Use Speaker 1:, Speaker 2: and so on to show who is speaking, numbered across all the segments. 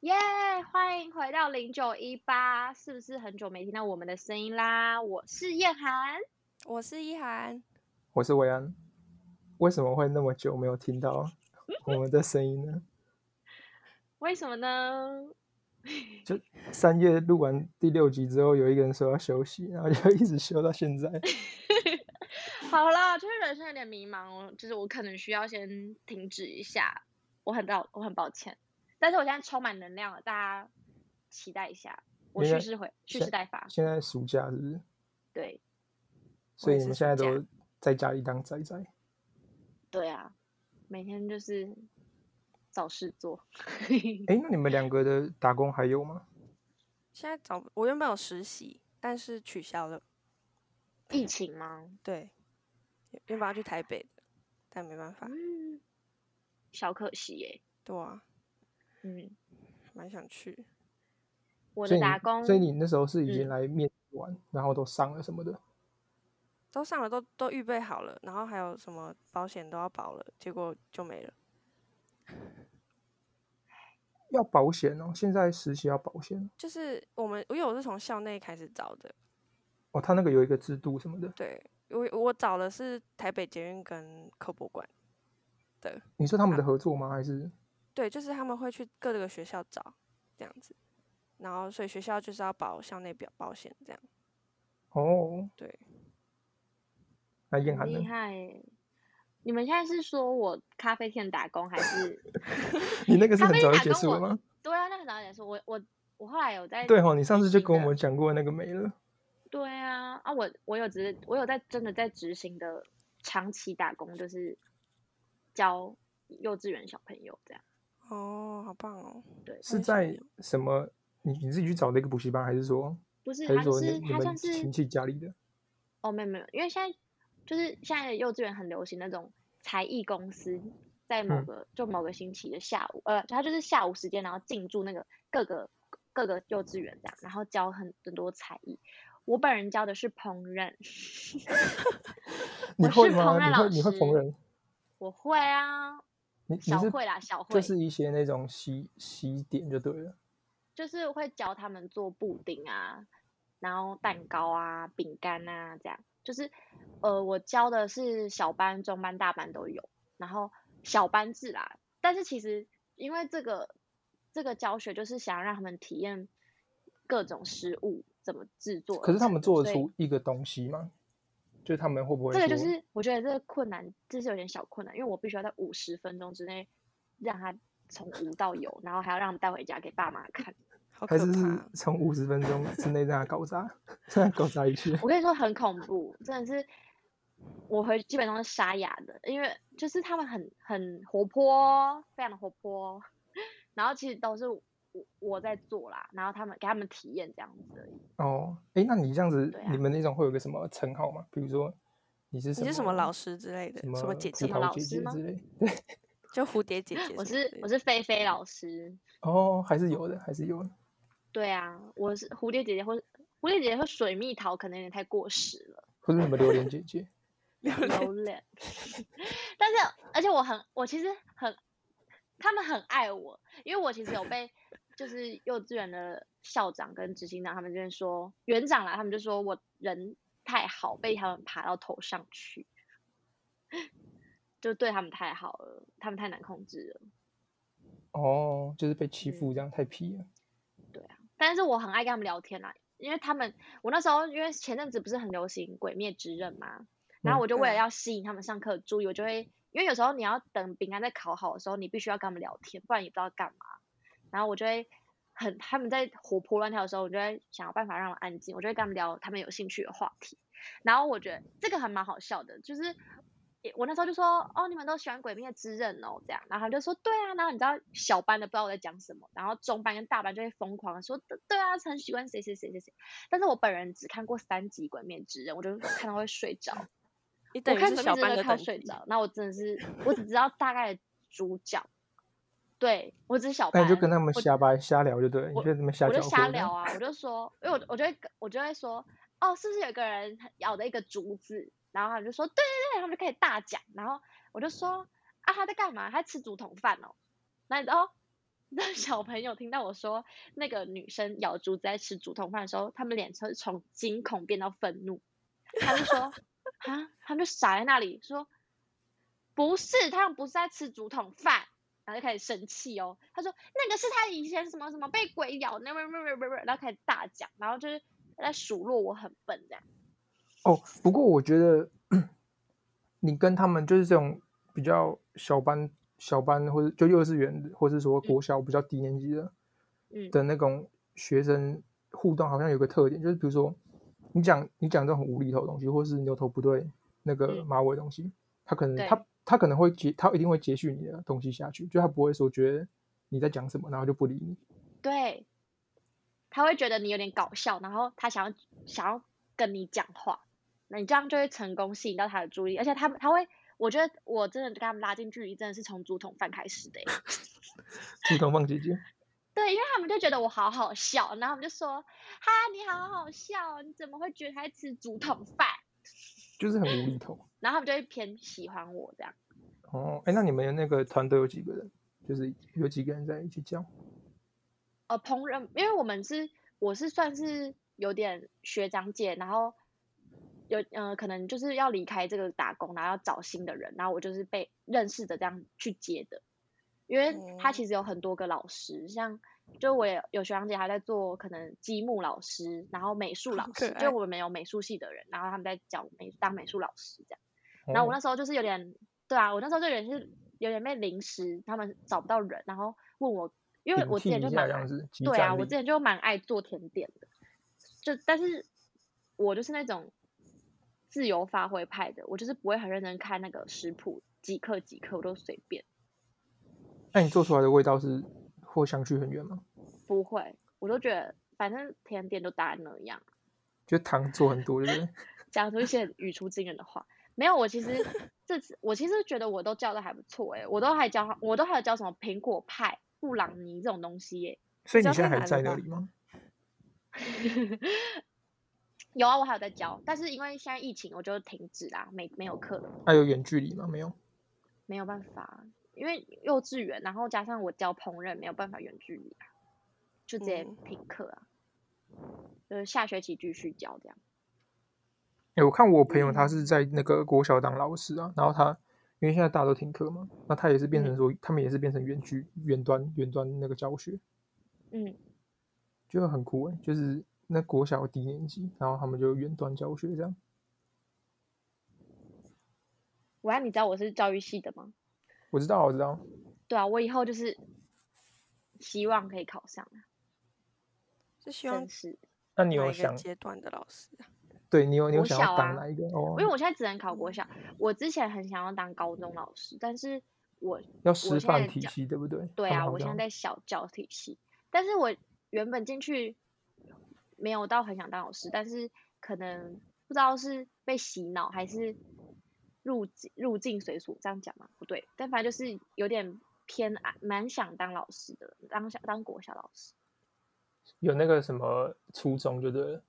Speaker 1: 耶欢迎回到零九一八，是不是很久没听到我们的声音啦？我是燕涵，
Speaker 2: 我是一涵，
Speaker 3: 我是维安。为什么会那么久没有听到我们的声音呢？
Speaker 1: 为什么呢？
Speaker 3: 就三月录完第六集之后，有一个人说要休息，然后就一直休到现在。
Speaker 1: 好啦，就是人生有点迷茫哦，就是我可能需要先停止一下，我很抱我很抱歉，但是我现在充满能量了，大家期待一下，我
Speaker 3: 因
Speaker 1: 蓄
Speaker 3: 为
Speaker 1: 势回蓄
Speaker 3: 现
Speaker 1: 势待发，
Speaker 3: 现在暑假是不是？
Speaker 1: 对
Speaker 3: 所以
Speaker 2: 也
Speaker 3: 你
Speaker 2: 是
Speaker 3: 们现在
Speaker 2: 暑假
Speaker 3: 都在家里当宅宅。
Speaker 1: 对啊，每天就是找事做，
Speaker 3: 哎，那你们两个的打工还有吗？
Speaker 2: 现在找我原本有实习，但是取消了。
Speaker 1: 疫情吗？
Speaker 2: 对，原本要去台北的，但没办法。
Speaker 1: 嗯，小可惜耶、
Speaker 2: 对啊，
Speaker 1: 嗯，
Speaker 2: 蛮想去。
Speaker 1: 我
Speaker 3: 所
Speaker 1: 的
Speaker 3: 以
Speaker 1: 打
Speaker 3: 你
Speaker 1: 工，
Speaker 3: 所以你那时候是已经
Speaker 1: 嗯
Speaker 3: 来面试完，然后都上了什么的。
Speaker 2: 都上了，都都预备好了，然后还有什么保险都要保了，结果就没了。
Speaker 3: 要保险哦，现在实习要保险
Speaker 2: 就是我们，因为我是从校内开始找的，
Speaker 3: 哦，他那个有一个制度什么的。
Speaker 2: 对我我找的是台北捷运跟科博馆，
Speaker 3: 你说他
Speaker 1: 啊
Speaker 3: 们的合作吗？还是
Speaker 2: 对，就是他们会去各个学校找这样子，然后所以学校就是要保校内表保险这样。
Speaker 3: 哦，
Speaker 2: 对，
Speaker 3: 那燕
Speaker 1: 很
Speaker 3: 涵呢
Speaker 1: 厉？害耶、你们现在是说我咖啡店打工还是？
Speaker 3: 你 那个是
Speaker 1: 咖
Speaker 3: 很
Speaker 1: 啡
Speaker 3: 早就
Speaker 1: 打
Speaker 3: 结
Speaker 1: 工
Speaker 3: 束
Speaker 1: 我
Speaker 3: 了吗？
Speaker 1: 对啊，那个导演说，我我我后来有在
Speaker 3: 对哦，你上
Speaker 1: 执
Speaker 3: 次就
Speaker 1: 行
Speaker 3: 跟我
Speaker 1: 的
Speaker 3: 们讲过那个没了。
Speaker 1: 对啊啊，我我有只我有在真的在执行的长期打工，就是教幼稚园小朋友这样。
Speaker 2: 哦，好棒哦。
Speaker 1: 对，
Speaker 3: 是
Speaker 2: 很
Speaker 3: 在
Speaker 2: 小
Speaker 3: 什么？你你自己去找的一个补习班，还是说，
Speaker 1: 不是
Speaker 3: 还
Speaker 1: 他
Speaker 3: 是说
Speaker 1: 是
Speaker 3: 你你
Speaker 1: 他
Speaker 3: 们
Speaker 1: 像是
Speaker 3: 亲戚家里的？
Speaker 1: 哦，没有没有，因为现在就是现在的幼稚园很流行那种才艺公司，在某
Speaker 3: 嗯
Speaker 1: 个、就某个星期的下午，呃，他就是下午时间，然后进驻那个各个各个幼稚园这样，然后教很很多才艺。我本人教的是烹饪，
Speaker 3: 你
Speaker 1: 我
Speaker 3: 会
Speaker 1: 是
Speaker 3: 吗？
Speaker 1: 烹饪
Speaker 3: 你
Speaker 1: 老
Speaker 3: 会你会烹
Speaker 1: 师
Speaker 3: 饪？
Speaker 1: 我会啊，
Speaker 3: 你你
Speaker 1: 小
Speaker 3: 是
Speaker 1: 会啦，小会
Speaker 3: 就是一些那种西西点就对了。
Speaker 1: 就是会教他们做布丁啊，然后
Speaker 3: 嗯
Speaker 1: 蛋糕啊、饼干啊，这样。就是呃，我教的是小班、中班、大班都有，然后小班制啦。但是其实因为这个这个教学，就是想要让他们体验各种食物怎么制作而成的，
Speaker 3: 可是他们做得
Speaker 1: 所以
Speaker 3: 出一个东西吗？就是他们会不会
Speaker 1: 这
Speaker 3: 说？
Speaker 1: 个就是我觉得这个困难，这是有点小困难，因为我必须要在五十分钟之内让他从无到有，然后还要让他们带回家给爸妈看。
Speaker 2: 好可
Speaker 3: 还是是
Speaker 2: 怕！哦
Speaker 3: 从五十分钟之内让他搞砸，让他搞砸一切。
Speaker 1: 我跟你说很恐怖，真的是我回基本上是沙哑的，因为就是他们很很活泼，非常的活泼，然后其实都是我我在做啦，然后他们给他们体验这样子而已。
Speaker 3: 哦，哎，那你这样子，
Speaker 1: 对
Speaker 3: 你
Speaker 1: 啊
Speaker 3: 们那种会有个什么称号吗？比如说你是
Speaker 2: 你是什么老
Speaker 3: 师、
Speaker 2: 师之类的，
Speaker 3: 什
Speaker 2: 什么姐
Speaker 3: 葡
Speaker 2: 姐，
Speaker 1: 么老
Speaker 3: 萄姐
Speaker 1: 师
Speaker 3: 姐
Speaker 1: 吗
Speaker 3: 之类的？
Speaker 2: 就蝴蝶姐姐什么
Speaker 1: 我
Speaker 2: 之类
Speaker 1: 是
Speaker 2: 的。
Speaker 1: 我是菲菲老师，
Speaker 3: 哦，还是有的，还是有的。
Speaker 1: 对啊，我是蝴蝶姐姐或蝴蝶姐姐或水蜜桃可能有点太过时了。
Speaker 3: 或者什么榴莲姐姐？
Speaker 1: 有脸。但是，而且我很，我其实很，他们很爱我，因为我其实有被就是幼稚园的校长跟执行长他们这边说，园长啦，他们就说我人太好，被他们爬到头上去， 就对他们太好了，他们太难控制了。
Speaker 3: 哦，就是被欺
Speaker 1: 嗯
Speaker 3: 负这样太皮了。
Speaker 1: 但是我很爱跟他们聊天啦，因为他们我那时候因为前阵子不是很流行《鬼灭之刃》嘛，然后
Speaker 3: 嗯
Speaker 1: 我就为了
Speaker 2: 对
Speaker 1: 要吸引他们上课的注意，我就会因为有时候你要等饼干在烤好的时候，你必须要跟他们聊天，不然也不知道干嘛。然后我就会很他们在活泼乱跳的时候，我就会想要办法让我安静，我就会跟他们聊他们有兴趣的话题。然后我觉得这个还蛮好笑的，就是也我那时候就说哦，你们都喜欢《鬼灭之刃》哦，这样，然后他们就说对啊，然后你知道小班的不知道我在讲什么，然后中班跟大班就会疯狂的说对对啊，很喜欢谁谁谁谁谁，但是我本人只看过三集《鬼灭之刃》，我就看到会睡 着，
Speaker 2: 你等
Speaker 1: 我
Speaker 2: 于
Speaker 1: 看《
Speaker 2: 是
Speaker 1: 鬼
Speaker 2: 小
Speaker 1: 灭之刃
Speaker 2: 班》的
Speaker 1: 都快
Speaker 2: 等
Speaker 1: 要睡
Speaker 2: 级
Speaker 1: 着，那我真的是我只知道大概的主角，对我只是小
Speaker 3: 那
Speaker 1: 班，
Speaker 3: 你就跟他们
Speaker 1: 我
Speaker 3: 瞎掰瞎聊就对了，你
Speaker 1: 我
Speaker 3: 就跟他们瞎
Speaker 1: 我就
Speaker 3: 搅
Speaker 1: 瞎
Speaker 3: 和这
Speaker 1: 聊
Speaker 3: 样。
Speaker 1: 啊，我就说，因为我我就会跟我就会说，哦，是不是有个人咬的一个竹子？然后他们就说，对对对，他们就开始大讲，然后我就说，啊，他在干嘛？他在吃竹筒饭哦。那然后 那小朋友听到我说那个女生咬竹子在吃竹筒饭的时候，他们脸是从惊恐变到愤怒，他就说 啊，他们就傻在那里说，不是，他们不是在吃竹筒饭。然后就开始生气哦，他说那个是他以前什么什么被鬼咬，那不不不不不，然后开始大讲，然后就是在数落我很笨这样。
Speaker 3: 哦，不过我觉得你跟他们就是这种比较小班、小班或者就幼稚园，或是说国小比较低年级的
Speaker 1: 嗯
Speaker 3: 的那种学生互动，好像有个特点，就是比如说你讲你讲这种很无厘头的东西，或是牛头不对那个
Speaker 1: 嗯
Speaker 3: 马尾的东西，他可能
Speaker 1: 对
Speaker 3: 他他可能会接他一定会接续你的东西下去，就他不会说觉得你在讲什么，然后就不理你。
Speaker 1: 对，他会觉得你有点搞笑，然后他想要想要跟你讲话，那你这样就会成功吸引到他的注意，而且他们他会，我觉得我真的跟他们拉近距离，真的是从竹筒饭开始的欸。
Speaker 3: 主动放姐姐，
Speaker 1: 对，因为他们就觉得我好好笑，然后他们就说：“哈，你好好笑哦，你怎么会觉得他在吃竹筒饭
Speaker 3: 就是很无厘头。？”
Speaker 1: 然后他们就会偏喜欢我这样。
Speaker 3: 哦，哎，那你们那个团队有几个人？就是有几个人在一起教？
Speaker 1: 呃，烹饪，因为我们是我是算是有点学长姐，然后有呃，可能就是要离开这个打工，然后要找新的人，然后我就是被认识的这样去接的，因为他
Speaker 2: 哦
Speaker 1: 其实有很多个老师，像就我也有学长姐她在做可能积木老师，然后美术
Speaker 2: 好
Speaker 1: 老
Speaker 2: 可
Speaker 1: 师，
Speaker 2: 爱
Speaker 1: 就我们有美术系的人，然后他们在教美当美术老师这样。然后我
Speaker 3: 哦
Speaker 1: 那时候就是有点，对啊，我那时候就有点是有点被临时他们找不到人，然后问我，因为
Speaker 3: 顶
Speaker 1: 我之
Speaker 3: 替
Speaker 1: 前
Speaker 3: 一
Speaker 1: 就
Speaker 3: 下
Speaker 1: 蛮
Speaker 3: 这样
Speaker 1: 爱
Speaker 3: 子集
Speaker 1: 对啊，
Speaker 3: 战
Speaker 1: 我
Speaker 3: 力
Speaker 1: 之前就蛮爱做甜点的，就但是我就是那种自由发挥派的，我就是不会很认真看那个食谱几克几克，我都随便，
Speaker 3: 那你做出来的味道是会相去很远吗？
Speaker 1: 不会，我都觉得反正甜点都大概那样，
Speaker 3: 就糖做很多，对不对？
Speaker 1: 讲出一些很语出惊人的话。没有，我其 实这次我其实觉得我都教的还不错诶、欸我都还教他，我都还有教什么苹果派、布朗尼这种东西欸耶、
Speaker 3: 所以
Speaker 2: 这样
Speaker 3: 你现在
Speaker 2: 太
Speaker 3: 还
Speaker 2: 难
Speaker 3: 在
Speaker 2: 了
Speaker 3: 那
Speaker 2: 吧
Speaker 3: 里吗？
Speaker 1: 有啊，我还有在教，但是因为现在疫情，我就停止啦，没没有课了，
Speaker 3: 啊还有远距离吗？没有。
Speaker 1: 没有办法，因为幼稚园，然后加上我教烹饪，没有办法远距离啊，就直接
Speaker 2: 嗯
Speaker 1: 停课啊，就是下学期继续教这样。
Speaker 3: 哎、我看我朋友他
Speaker 2: 嗯
Speaker 3: 是在那个国小当老师啊，然后他因为现在大家都停课嘛，那他也是
Speaker 1: 嗯
Speaker 3: 变成说，他们也是变成远距、远端、远端那个教学，
Speaker 1: 嗯，
Speaker 3: 就很酷哎、就是那国小低年级，然后他们就远端教学这样。
Speaker 1: 我啊让你知道我是教育系的吗？
Speaker 3: 我知道，我知道，
Speaker 1: 对啊，我以后就是希望可以考上啊，
Speaker 2: 是希望
Speaker 1: 真是。
Speaker 3: 那你
Speaker 2: 哪
Speaker 3: 有
Speaker 2: 一个
Speaker 3: 想
Speaker 2: 阶段的老师啊？
Speaker 3: 对你有你有
Speaker 1: 国
Speaker 3: 想要
Speaker 1: 小
Speaker 3: 当
Speaker 1: 啊
Speaker 3: 哪一个？哦
Speaker 1: 因，为我现在只能考国小，我之前很想要当高中老师，但是我
Speaker 3: 要
Speaker 1: 我
Speaker 3: 师
Speaker 1: 现在
Speaker 3: 范体
Speaker 1: 教
Speaker 3: 系对不对？
Speaker 1: 对
Speaker 3: 他们
Speaker 1: 啊，
Speaker 3: 好
Speaker 1: 我现在
Speaker 3: 像
Speaker 1: 在小教体系，但是我原本进去没有到很想当老师，但是可能不知道是被洗脑还是入境入境随俗这样讲嘛，不对，但反正就是有点偏爱蛮想当老师的，当小当国小老师，
Speaker 3: 有那个什么初中就对了。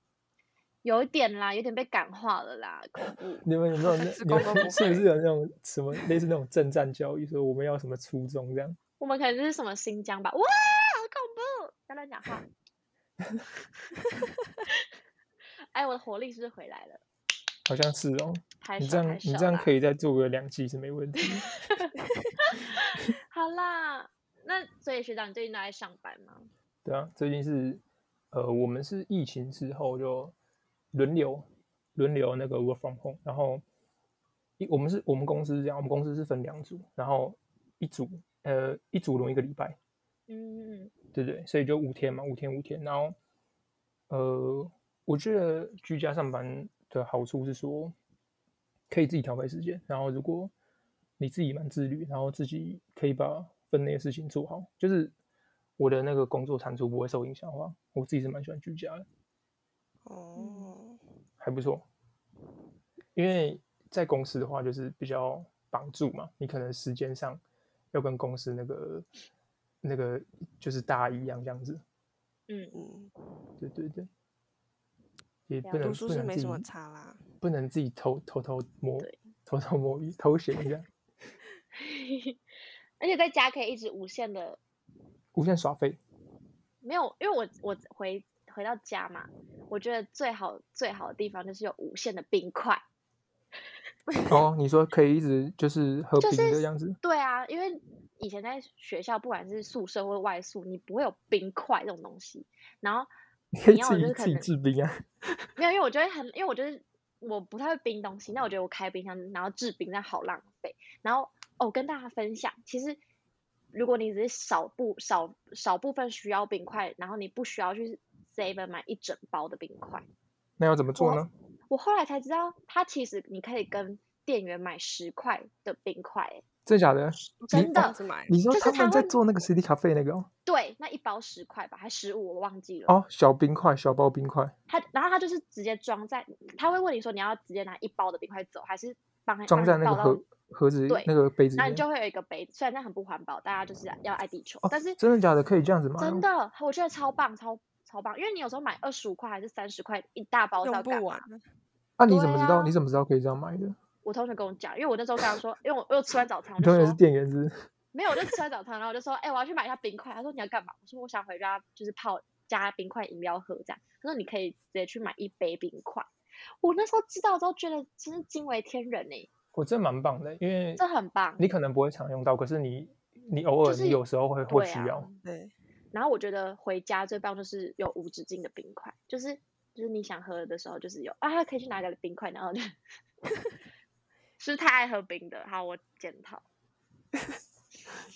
Speaker 1: 有一点啦，有点被感化了啦，恐怖。
Speaker 3: 你们有没 有那？
Speaker 2: 自
Speaker 3: 你们
Speaker 2: 贡都不
Speaker 3: 是不
Speaker 2: 会
Speaker 3: 是有那种什么类似那种政战教育，说我们要什么初衷这样？
Speaker 1: 我们可能就是什么新疆吧，哇，好恐怖！不要乱讲 话。哎，我的活力是不是回来了？
Speaker 3: 好像是哦。
Speaker 1: 拍
Speaker 3: 你
Speaker 1: 手
Speaker 3: 这样
Speaker 1: 拍手
Speaker 3: 你这样
Speaker 1: 啦
Speaker 3: 可以再做个两季是没问题的。
Speaker 1: 好啦，那所以学长，你最近都在上班吗？
Speaker 3: 对啊，最近是呃，我们是疫情之后就轮流轮流那个 work from home，然后一我们是我们公司是这样，我们公司是分两组，然后一组呃一组轮一个礼拜，
Speaker 1: 嗯，
Speaker 3: 对对，所以就五天嘛，五天五天。然后，呃，我觉得居家上班的好处是说，可以自己调配时间。然后，如果你自己蛮自律，然后自己可以把分内的事情做好，就是我的那个工作产出不会受影响的话，我自己是蛮喜欢居家的，
Speaker 2: 哦，
Speaker 3: 还不错。因为在公司的话，就是比较绑住嘛，你可能时间上要跟公司那个那个就是大一样这样子。
Speaker 1: 嗯，
Speaker 2: 嗯，
Speaker 3: 对对对，也
Speaker 1: 了
Speaker 3: 不能
Speaker 2: 读书
Speaker 3: 不
Speaker 2: 是
Speaker 3: 能
Speaker 2: 没
Speaker 3: 自
Speaker 2: 什么
Speaker 3: 己
Speaker 2: 差啦。
Speaker 3: 不能自己偷偷偷摸
Speaker 1: 对
Speaker 3: 偷偷摸鱼偷闲一下。
Speaker 1: 而且在家可以一直无限的
Speaker 3: 无限耍废，
Speaker 1: 没有，因为我我回回到家嘛，我觉得最好最好的地方就是有无限的冰块。
Speaker 3: 哦，你说可以一直就是喝
Speaker 1: 就
Speaker 3: 冰
Speaker 1: 是
Speaker 3: 的样子，
Speaker 1: 对啊，因为以前在学校，不管是宿舍或外宿，你不会有冰块这种东西。然后
Speaker 3: 你可以
Speaker 1: 你要
Speaker 3: 自
Speaker 1: 我就
Speaker 3: 己
Speaker 1: 是可
Speaker 3: 自己
Speaker 1: 能
Speaker 3: 制冰啊。
Speaker 1: 没有，因为我觉得很，因为我就是我不太会冰东西，那我觉得我开冰箱然后制冰，那好浪费。然后哦，跟大家分享，其实如果你只是少部少少部分需要冰块，然后你不需要去 seven 买一整包的冰块。
Speaker 3: 那要怎么做
Speaker 1: 我
Speaker 3: 呢？
Speaker 1: 我后来才知道，它其实你可以跟店员买十块的冰块欸，
Speaker 3: 真假
Speaker 1: 真
Speaker 3: 的？哦
Speaker 2: 这样
Speaker 1: 的
Speaker 2: 子买，
Speaker 3: 你说
Speaker 1: 就是
Speaker 3: 他
Speaker 1: 他
Speaker 3: 们在
Speaker 1: 会
Speaker 3: 做那个 CD 咖啡那个哦
Speaker 1: 对，那一包十块吧，还十五，我忘记了。
Speaker 3: 哦，小冰块、小包冰块
Speaker 1: 他然后他就是直接装在，他会问你说你要直接拿一包的冰块走，还是帮他
Speaker 3: 装在
Speaker 1: 帮你
Speaker 3: 那个
Speaker 1: 倒到
Speaker 3: 盒盒子
Speaker 1: 对
Speaker 3: 那个杯子
Speaker 1: 然后
Speaker 3: 里
Speaker 1: 你
Speaker 3: 面
Speaker 1: 就。会有一个杯子，虽然那很不环保，大家就是要爱地球，
Speaker 3: 哦
Speaker 1: 但是
Speaker 3: 真的假的？可以这样子买哦？
Speaker 1: 真的我觉得超棒，超超棒，因为你有时候买二十五块还是三十块一大包是要
Speaker 2: 用
Speaker 1: 干嘛
Speaker 2: 不完？。
Speaker 3: 啊，你怎
Speaker 1: 对
Speaker 3: 么知道？
Speaker 1: 啊
Speaker 3: 你怎么知道可以这样买的？
Speaker 1: 我同学跟我讲，因为我那时候跟他说，因为我我吃完早餐，我
Speaker 3: 你
Speaker 1: 就
Speaker 3: 同学是
Speaker 1: 说
Speaker 3: 店员是不是？
Speaker 1: 没有，我就吃完早餐，然后我就说，哎、我要去买一下冰块。他说你要干嘛？我说我想回家就是泡加冰块饮料喝这样。他说你可以直接去买一杯冰块。我那时候知道之后觉得真是惊为天人呢、
Speaker 3: 我真的蛮棒的，因为
Speaker 1: 这很棒。
Speaker 3: 你可能不会常用到，可是你你偶尔
Speaker 1: 就是
Speaker 3: 你有时候会会
Speaker 1: 对
Speaker 3: 需
Speaker 1: 啊
Speaker 3: 要。
Speaker 2: 对，
Speaker 1: 然后我觉得回家最棒就是有无止境的冰块，就是就是你想喝的时候就是有啊，可以去拿一个冰块，然后就 是太爱喝冰的。好，我检讨。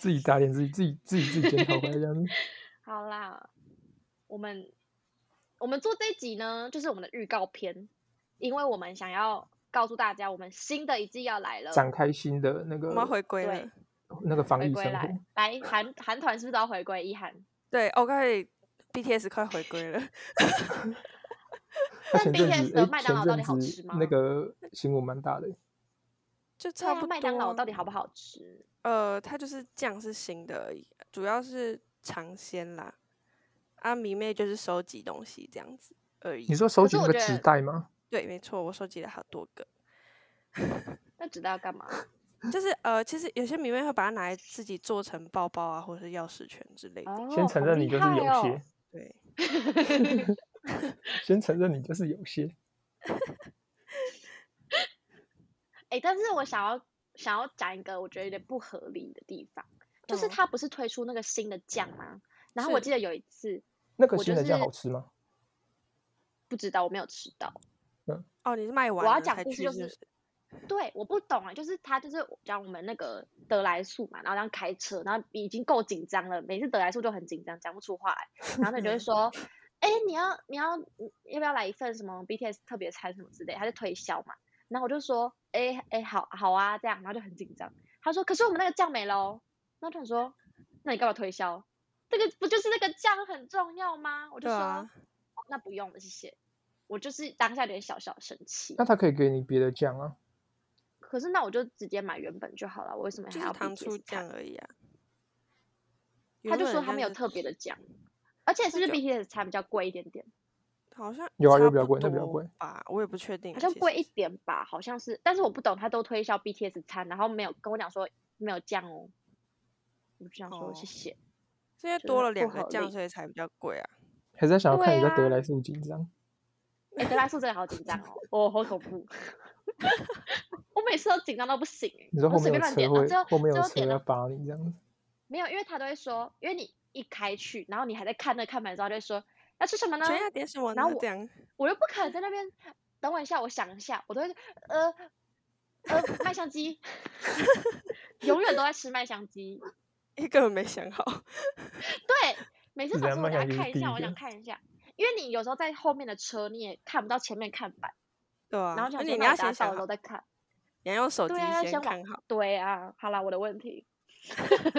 Speaker 3: 自己打脸自己，自己自己自己检讨回来这 样子。
Speaker 1: 好啦，我们我们做这一集呢，就是我们的预告片，因为我们想要告诉大家，我们新的一季要来了，
Speaker 3: 展开新的那
Speaker 2: 我
Speaker 3: 个
Speaker 2: 们要回归
Speaker 1: 对
Speaker 2: 了。
Speaker 3: 那个防
Speaker 1: 回
Speaker 3: 疫
Speaker 1: 归
Speaker 3: 生
Speaker 1: 来
Speaker 3: 活，
Speaker 1: 来韩韩团是不是都要回归？一韩，
Speaker 2: 对，OK。BTS 快回归了，
Speaker 3: 他
Speaker 1: 但
Speaker 3: 前阵
Speaker 1: BTS
Speaker 3: 子
Speaker 1: 的
Speaker 3: 哎，
Speaker 1: 麦当劳
Speaker 3: 前
Speaker 1: 到底
Speaker 3: 阵
Speaker 1: 好
Speaker 3: 子
Speaker 1: 吃吗嗯
Speaker 3: 那个新闻蛮大的，
Speaker 2: 就
Speaker 1: 对
Speaker 2: 差
Speaker 1: 啊
Speaker 2: 不多。
Speaker 1: 麦当劳到底好不好吃？
Speaker 2: 呃，它就是酱是新的而已，主要是尝鲜啦。啊，迷妹就是收集东西这样子而已。
Speaker 3: 你说收
Speaker 1: 可是
Speaker 3: 集那
Speaker 1: 我
Speaker 3: 个
Speaker 1: 觉
Speaker 3: 纸
Speaker 1: 得
Speaker 3: 袋吗？
Speaker 2: 对，没错，我收集了好多个。
Speaker 1: 那知道要干嘛？
Speaker 2: 就是呃，其实有些迷妹会把它拿来自己做成包包啊，或者是钥匙圈之类的。
Speaker 1: 哦，
Speaker 3: 先承
Speaker 1: 好
Speaker 3: 认你
Speaker 1: 厉
Speaker 3: 就是有
Speaker 1: 害哦
Speaker 3: 些，
Speaker 2: 对，
Speaker 3: 先承认你就是有些。
Speaker 1: 哎、但是我想要想要讲一个我觉得有点不合理的地方，就是
Speaker 2: 嗯
Speaker 1: 它不是推出那个新的酱吗？然后我
Speaker 2: 是
Speaker 1: 记得有一次，
Speaker 3: 那个
Speaker 1: 我
Speaker 3: 新
Speaker 1: 就
Speaker 3: 的酱
Speaker 1: 是
Speaker 3: 好吃吗？
Speaker 1: 不知道我没有吃到。
Speaker 2: 哦，你是卖完
Speaker 1: 我要
Speaker 2: 了
Speaker 1: 讲
Speaker 2: 才
Speaker 1: 故事
Speaker 2: 去
Speaker 1: 就是
Speaker 2: 不
Speaker 1: 是
Speaker 2: 是
Speaker 1: 对，我不懂啊，就是他就是讲我们那个德莱素嘛，然后这样开车，然后已经够紧张了，每次德莱素就很紧张，讲不出话来，然后他就会 说，哎、你要你要你要不要来一份什么 BTS 特别餐什么之类，他就推销嘛，然后我就说，哎、哎、好好啊这样，然后就很紧张，他说，可是我们那个酱没喽，然后他说，那你干嘛推销？这个不就是那个酱很重要吗？我就
Speaker 2: 对
Speaker 1: 说，
Speaker 2: 啊
Speaker 1: 哦那不用了，谢谢。我就是当下有点小小生气。
Speaker 3: 那他可以给你别的酱啊，
Speaker 1: 可是那我就直接买原本就好了，我为什么
Speaker 2: 就
Speaker 1: 还
Speaker 2: 是
Speaker 1: 要 BTS
Speaker 2: 糖醋
Speaker 1: 看
Speaker 2: 酱而已啊。
Speaker 1: 他就
Speaker 2: 原本
Speaker 1: 说
Speaker 2: 人
Speaker 1: 他
Speaker 2: 家
Speaker 1: 没有
Speaker 2: 是
Speaker 1: 特别的酱，而且是不
Speaker 2: 那
Speaker 1: 是
Speaker 2: 就
Speaker 1: BTS 才比较贵一点点？
Speaker 2: 好像
Speaker 3: 有啊有
Speaker 2: 差
Speaker 3: 比较
Speaker 2: 不
Speaker 3: 贵那比较
Speaker 2: 多
Speaker 3: 贵
Speaker 2: 吧，我也不确定，啊
Speaker 1: 好像
Speaker 2: 其
Speaker 1: 贵
Speaker 2: 实
Speaker 1: 一点吧，好像是。但是我不懂，他都推销 BTS 餐，然后没有跟我讲说没有酱哦。我就想说
Speaker 2: 哦
Speaker 1: 谢谢，
Speaker 2: 是因为
Speaker 1: 觉
Speaker 2: 多
Speaker 1: 得
Speaker 2: 了两
Speaker 1: 不
Speaker 2: 个
Speaker 1: 合
Speaker 2: 酱，
Speaker 1: 理
Speaker 2: 所以才比较贵啊。
Speaker 3: 还是在想要看
Speaker 1: 对
Speaker 3: 你在德
Speaker 1: 啊
Speaker 3: 莱素紧张？
Speaker 1: 哎、德莱素真的好紧张哦，哦，好恐怖。 我每次都紧张到不行哎、
Speaker 3: 你说
Speaker 1: 我
Speaker 3: 后
Speaker 1: 随
Speaker 3: 面有
Speaker 1: 便乱点，然后
Speaker 3: 车会
Speaker 1: 最后，
Speaker 3: 后面
Speaker 1: 最
Speaker 3: 有
Speaker 1: 后
Speaker 3: 车
Speaker 1: 点啊了
Speaker 3: 要扒你这样子。
Speaker 1: 没有，因为他都会说，因为你一开去，然后你还在看那个看板的时候，他就会说要吃什么呢？
Speaker 2: 所以要点什么
Speaker 1: 然后
Speaker 2: 呢？
Speaker 1: 我
Speaker 2: 这样
Speaker 1: 我又不可能在那边等我一下，我想一下，我都会呃呃麦香鸡， 永远都在吃麦香鸡。
Speaker 2: 一个没想好，
Speaker 1: 对，每次
Speaker 3: 是
Speaker 1: 早
Speaker 3: 啊
Speaker 1: 上我
Speaker 3: 麦
Speaker 1: 等下
Speaker 3: 香鸡是
Speaker 1: 看一
Speaker 3: 第
Speaker 1: 下，
Speaker 3: 一
Speaker 1: 我想
Speaker 3: 个
Speaker 1: 看一下，因为你有时候在后面的车你也看不到前面看板，
Speaker 2: 对啊。
Speaker 1: 然后
Speaker 2: 那
Speaker 1: 想
Speaker 2: 你
Speaker 1: 说
Speaker 2: 你
Speaker 1: 那我等
Speaker 2: 要
Speaker 1: 下
Speaker 2: 先想
Speaker 1: 到了都，
Speaker 2: 好
Speaker 1: 在看。
Speaker 2: 你要用手机
Speaker 1: 对啊，要
Speaker 2: 先
Speaker 1: 先
Speaker 2: 看
Speaker 1: 往
Speaker 2: 好。
Speaker 1: 对啊，好啦，我的问题。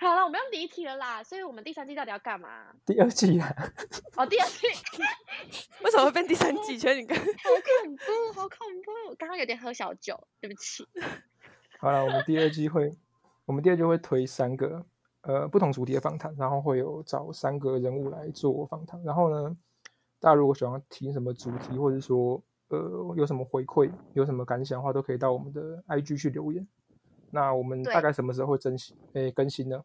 Speaker 1: 好了，我们要离题了啦，所以我们第三季到底要干嘛？
Speaker 3: 第二季啊，
Speaker 1: 哦，第二季
Speaker 2: 为什么会变第三季？ 觉得你跟
Speaker 1: 好恐怖，好恐怖！刚刚有点喝小酒，对不起。
Speaker 3: 好了，我们第二季会，我们第二季会推三个呃不同主题的访谈，然后会有找三个人物来做访谈。然后呢，大家如果想要提什么主题，或者说呃有什么回馈、有什么感想的话，都可以到我们的 IG 去留言。那我们大
Speaker 1: 对
Speaker 3: 概什么时候会更新？诶，更新呢？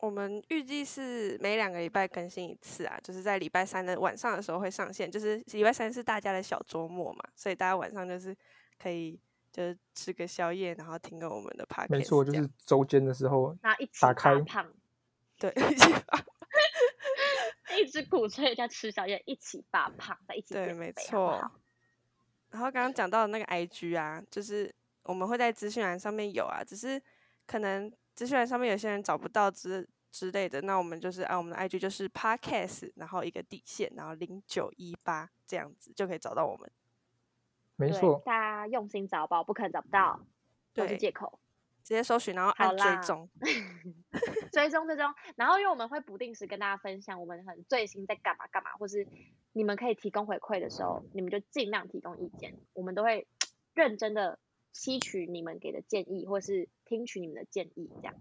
Speaker 2: 我们预计是每两个礼拜更新一次啊，就是在礼拜三的晚上的时候会上线。就是礼拜三是大家的小周末嘛，所以大家晚上就是可以就是吃个宵夜，然后听个我们的 podcast 这样。
Speaker 3: 没错，就是周间的时候
Speaker 1: 那一起
Speaker 3: 打
Speaker 1: 大
Speaker 3: 开
Speaker 1: 胖，
Speaker 2: 对，
Speaker 1: 一直鼓吹人家吃宵夜，一起大胖，再一起
Speaker 2: 对，
Speaker 1: 减
Speaker 2: 没
Speaker 1: 肥好不
Speaker 2: 错
Speaker 1: 好。
Speaker 2: 然后刚刚讲到的那个 IG 啊，就是我们会在资讯栏上面有啊，只是可能资讯栏上面有些人找不到之之类的，那我们就是啊，我们的 IG 就是 Podcast，然后一个底线，然后零九一八这样子就可以找到我们。
Speaker 3: 没
Speaker 1: 对
Speaker 3: 错，
Speaker 1: 大家用心找吧，不可能找不到，都是
Speaker 2: 对
Speaker 1: 借口。
Speaker 2: 直接搜寻，然后
Speaker 1: 好
Speaker 2: 按
Speaker 1: 啦
Speaker 2: 追踪。
Speaker 1: 追踪追踪，然后因为我们会不定时跟大家分享我们很最新在干嘛干嘛，或是你们可以提供回馈的时候，你们就尽量提供意见，我们都会认真的吸取你们给的建议，或是听取你们的建议，这样。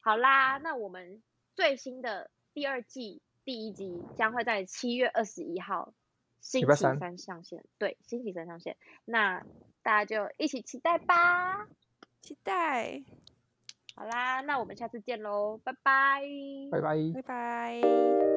Speaker 1: 好啦，那我们最新的第二季第一集将会在七月二十一号星
Speaker 3: 礼拜
Speaker 1: 期
Speaker 3: 三
Speaker 1: 三上线，对，星期三上线，那大家就一起期待吧。
Speaker 2: 期待，
Speaker 1: 好啦，那我们下次见喽，拜拜。
Speaker 3: 拜拜。
Speaker 2: 拜拜。